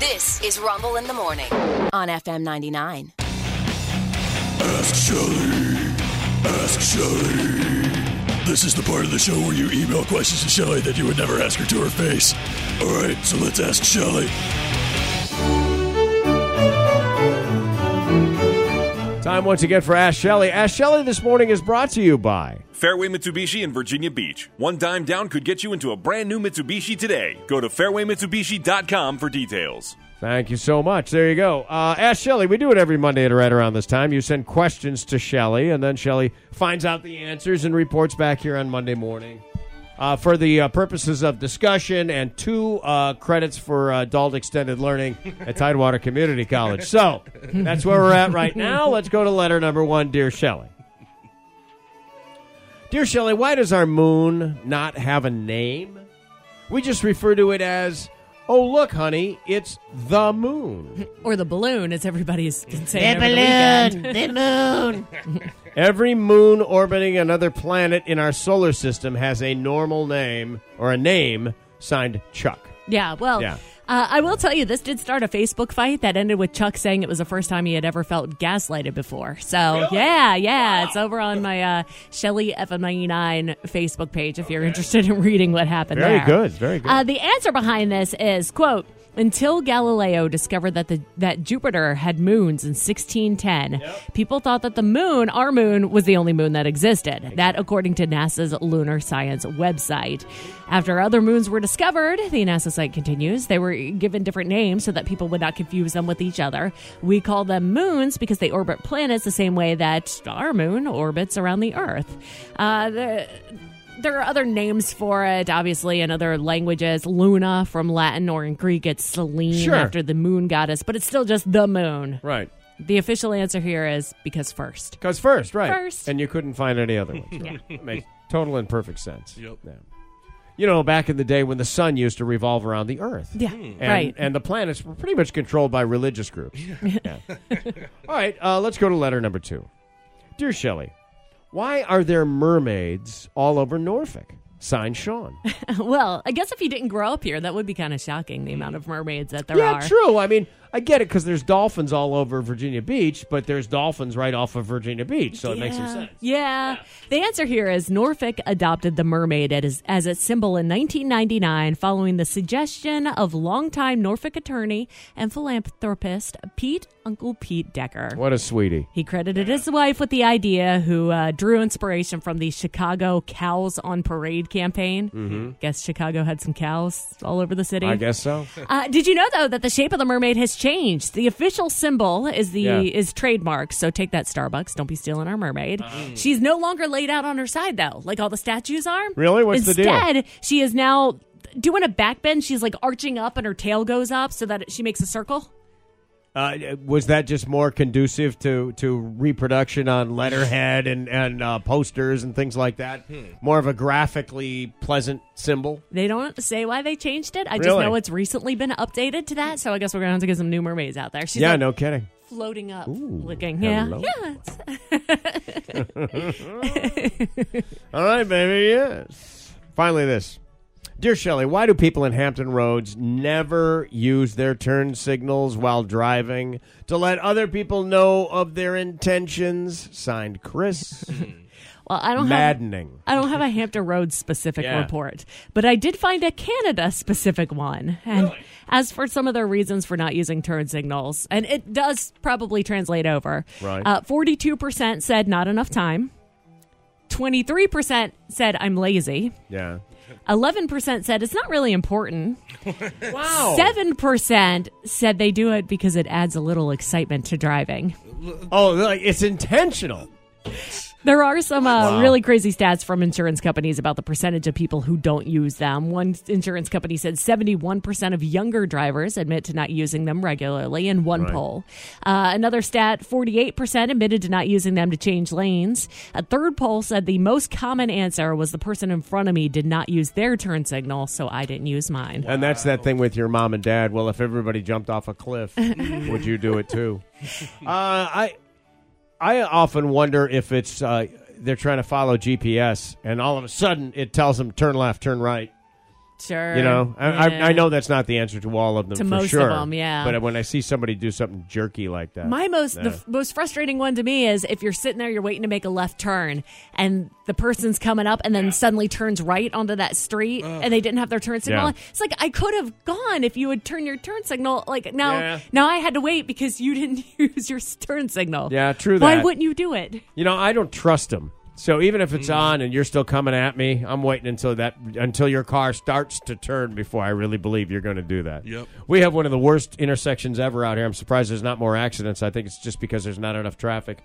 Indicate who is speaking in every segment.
Speaker 1: This is Rumble in the Morning on FM 99.
Speaker 2: Ask Shelly. Ask Shelly. This is the part of the show where you email questions to Shelly that you would never ask her to her face. All right, so let's ask Shelly.
Speaker 3: Time once again for Ash Shelley. Ash Shelley this morning is brought to you by.
Speaker 4: Fairway Mitsubishi in Virginia Beach. One dime down could get you into a brand new Mitsubishi today. Go to fairwaymitsubishi.com for details.
Speaker 3: Thank you so much. There you go. Uh, Ask Shelley. We do it every Monday at right around this time. You send questions to Shelley, and then Shelley finds out the answers and reports back here on Monday morning. Uh, for the uh, purposes of discussion and two uh, credits for uh, adult extended learning at Tidewater Community College. So that's where we're at right now. Let's go to letter number one, dear Shelley. Dear Shelley, why does our moon not have a name? We just refer to it as, oh, look, honey, it's the moon.
Speaker 5: or the balloon, as everybody's been saying. over The weekend.
Speaker 3: Every moon orbiting another planet in our solar system has a normal name or a name signed Chuck.
Speaker 5: yeah, well,
Speaker 3: Yeah.
Speaker 5: Uh, I will tell you, this did start a Facebook fight that ended with Chuck saying it was the first time he had ever felt gaslighted before. So, yeah, yeah, it's over on my uh, Shelly FM99 Facebook page if you're interested in reading what happened
Speaker 3: Very
Speaker 5: there.
Speaker 3: good, very good.
Speaker 5: Uh, the answer behind this is, quote, until Galileo discovered that the that Jupiter had moons in 1610, people thought that the moon, our moon, was the only moon that existed. That according to NASA's Lunar Science website. After other moons were discovered, the NASA site continues, they were given different names so that people would not confuse them with each other. We call them moons because they orbit planets the same way that our moon orbits around the Earth. Uh, the there are other names for it, obviously, in other languages. Luna from Latin or in Greek, it's Selene
Speaker 3: Sure.
Speaker 5: after the moon goddess, but it's still just the moon.
Speaker 3: right.
Speaker 5: The official answer here is because first.
Speaker 3: Because first, right.
Speaker 5: First.
Speaker 3: And you couldn't find any other ones. Right? Makes total and perfect sense. Yep. You know, back in the day when the sun used to revolve around the earth.
Speaker 5: Yeah,
Speaker 3: And,
Speaker 5: right.
Speaker 3: and the planets were pretty much controlled by religious groups. Yeah. All right, uh, let's go to letter number two. Dear Shelley, why are there mermaids all over Norfolk? Signed Sean.
Speaker 5: well, I guess if you didn't grow up here, that would be kind of shocking the amount of mermaids that there
Speaker 3: yeah,
Speaker 5: are.
Speaker 3: true. I mean, I get it because there's dolphins all over Virginia Beach, but there's dolphins right off of Virginia Beach, so it makes some sense.
Speaker 5: Yeah. The answer here is Norfolk adopted the mermaid as, as its symbol in 1999 following the suggestion of longtime Norfolk attorney and philanthropist Pete Uncle Pete Decker.
Speaker 3: What a sweetie.
Speaker 5: He credited his wife with the idea, who uh, drew inspiration from the Chicago Cows on Parade campaign. Guess Chicago had some cows all over the city.
Speaker 3: Mm-hmm. I guess so.
Speaker 5: Uh, did you know though that the shape of the mermaid has changed? The official symbol is the
Speaker 3: Yeah.
Speaker 5: is trademark. So take that, Starbucks. Don't be stealing our mermaid.
Speaker 3: Uh-huh.
Speaker 5: She's no longer laid out on her side though, like all the statues are.
Speaker 3: Really? What's the deal?
Speaker 5: Instead, she is now doing a backbend. She's like arching up, and her tail goes up so that she makes a circle.
Speaker 3: Uh, was that just more conducive to, to reproduction on letterhead and, and uh, posters and things like that? More of a graphically pleasant symbol?
Speaker 5: They don't say why they changed it. I just
Speaker 3: Really?
Speaker 5: know it's recently been updated to that, so I guess we're gonna have to get some new mermaids out there. She's
Speaker 3: yeah,
Speaker 5: like
Speaker 3: no kidding.
Speaker 5: floating up,
Speaker 3: Ooh,
Speaker 5: looking. Yeah,
Speaker 3: hello.
Speaker 5: yeah. It's,
Speaker 3: All right, baby, yes. Finally, this. Dear Shelley, why do people in Hampton Roads never use their turn signals while driving to let other people know of their intentions? Signed Chris.
Speaker 5: well, I don't have.
Speaker 3: Maddening.
Speaker 5: I don't have a Hampton Roads specific
Speaker 3: Yeah.
Speaker 5: report, but I did find a Canada specific one. And as for some of their reasons for not using turn signals, and it does probably translate over.
Speaker 3: Right.
Speaker 5: Uh, 42% said not enough time. 23% said I'm lazy.
Speaker 3: Yeah.
Speaker 5: 11% said it's not really important.
Speaker 3: Wow.
Speaker 5: Seven percent said they do it because it adds a little excitement to driving.
Speaker 3: Oh, like, it's intentional.
Speaker 5: There are some uh, really crazy stats from insurance companies about the percentage of people who don't use them. One insurance company said 71% of younger drivers admit to not using them regularly in one poll. Uh, another stat 48% admitted to not using them to change lanes. A third poll said the most common answer was the person in front of me did not use their turn signal, so I didn't use mine.
Speaker 3: And that's that thing with your mom and dad. Well, if everybody jumped off a cliff, would you do it too? Uh, I I often wonder if it's uh, they're trying to follow GPS, and all of a sudden it tells them turn left, turn right,
Speaker 5: Sure.
Speaker 3: You know, I,
Speaker 5: Yeah.
Speaker 3: I, I know that's not the answer to all of them
Speaker 5: To
Speaker 3: for
Speaker 5: most of
Speaker 3: sure.
Speaker 5: them, yeah.
Speaker 3: But when I see somebody do something jerky like that,
Speaker 5: My most the
Speaker 3: Yeah.
Speaker 5: f- most frustrating one to me is if you're sitting there, you're waiting to make a left turn, and the person's coming up, and then suddenly turns right onto that street, and they didn't have their turn signal.
Speaker 3: Yeah.
Speaker 5: on. It's like I could have gone if you had turned your turn signal. Like now,
Speaker 3: Yeah.
Speaker 5: now I had to wait because you didn't use your s- turn signal.
Speaker 3: Yeah, true
Speaker 5: Why
Speaker 3: that.
Speaker 5: wouldn't you do it?
Speaker 3: you know, I don't trust them. So even if it's on and you're still coming at me, I'm waiting until that until your car starts to turn before I really believe you're going to do that.
Speaker 6: Yep.
Speaker 3: We have one of the worst intersections ever out here. I'm surprised there's not more accidents. I think it's just because there's not enough traffic.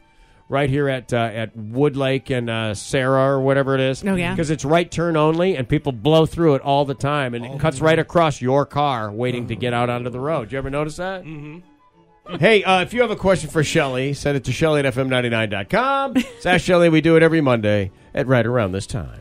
Speaker 3: Right here at uh, at Woodlake and uh, Sarah or whatever it is.
Speaker 5: Oh, yeah.
Speaker 3: Because it's right turn only, and people blow through it all the time, and it cuts right across your car waiting to get out onto the road. You ever notice that? Hey, uh, if you have a question for Shelly, send it to Shelly at FM99.com. It's Ask Shelly. We do it every Monday at right around this time.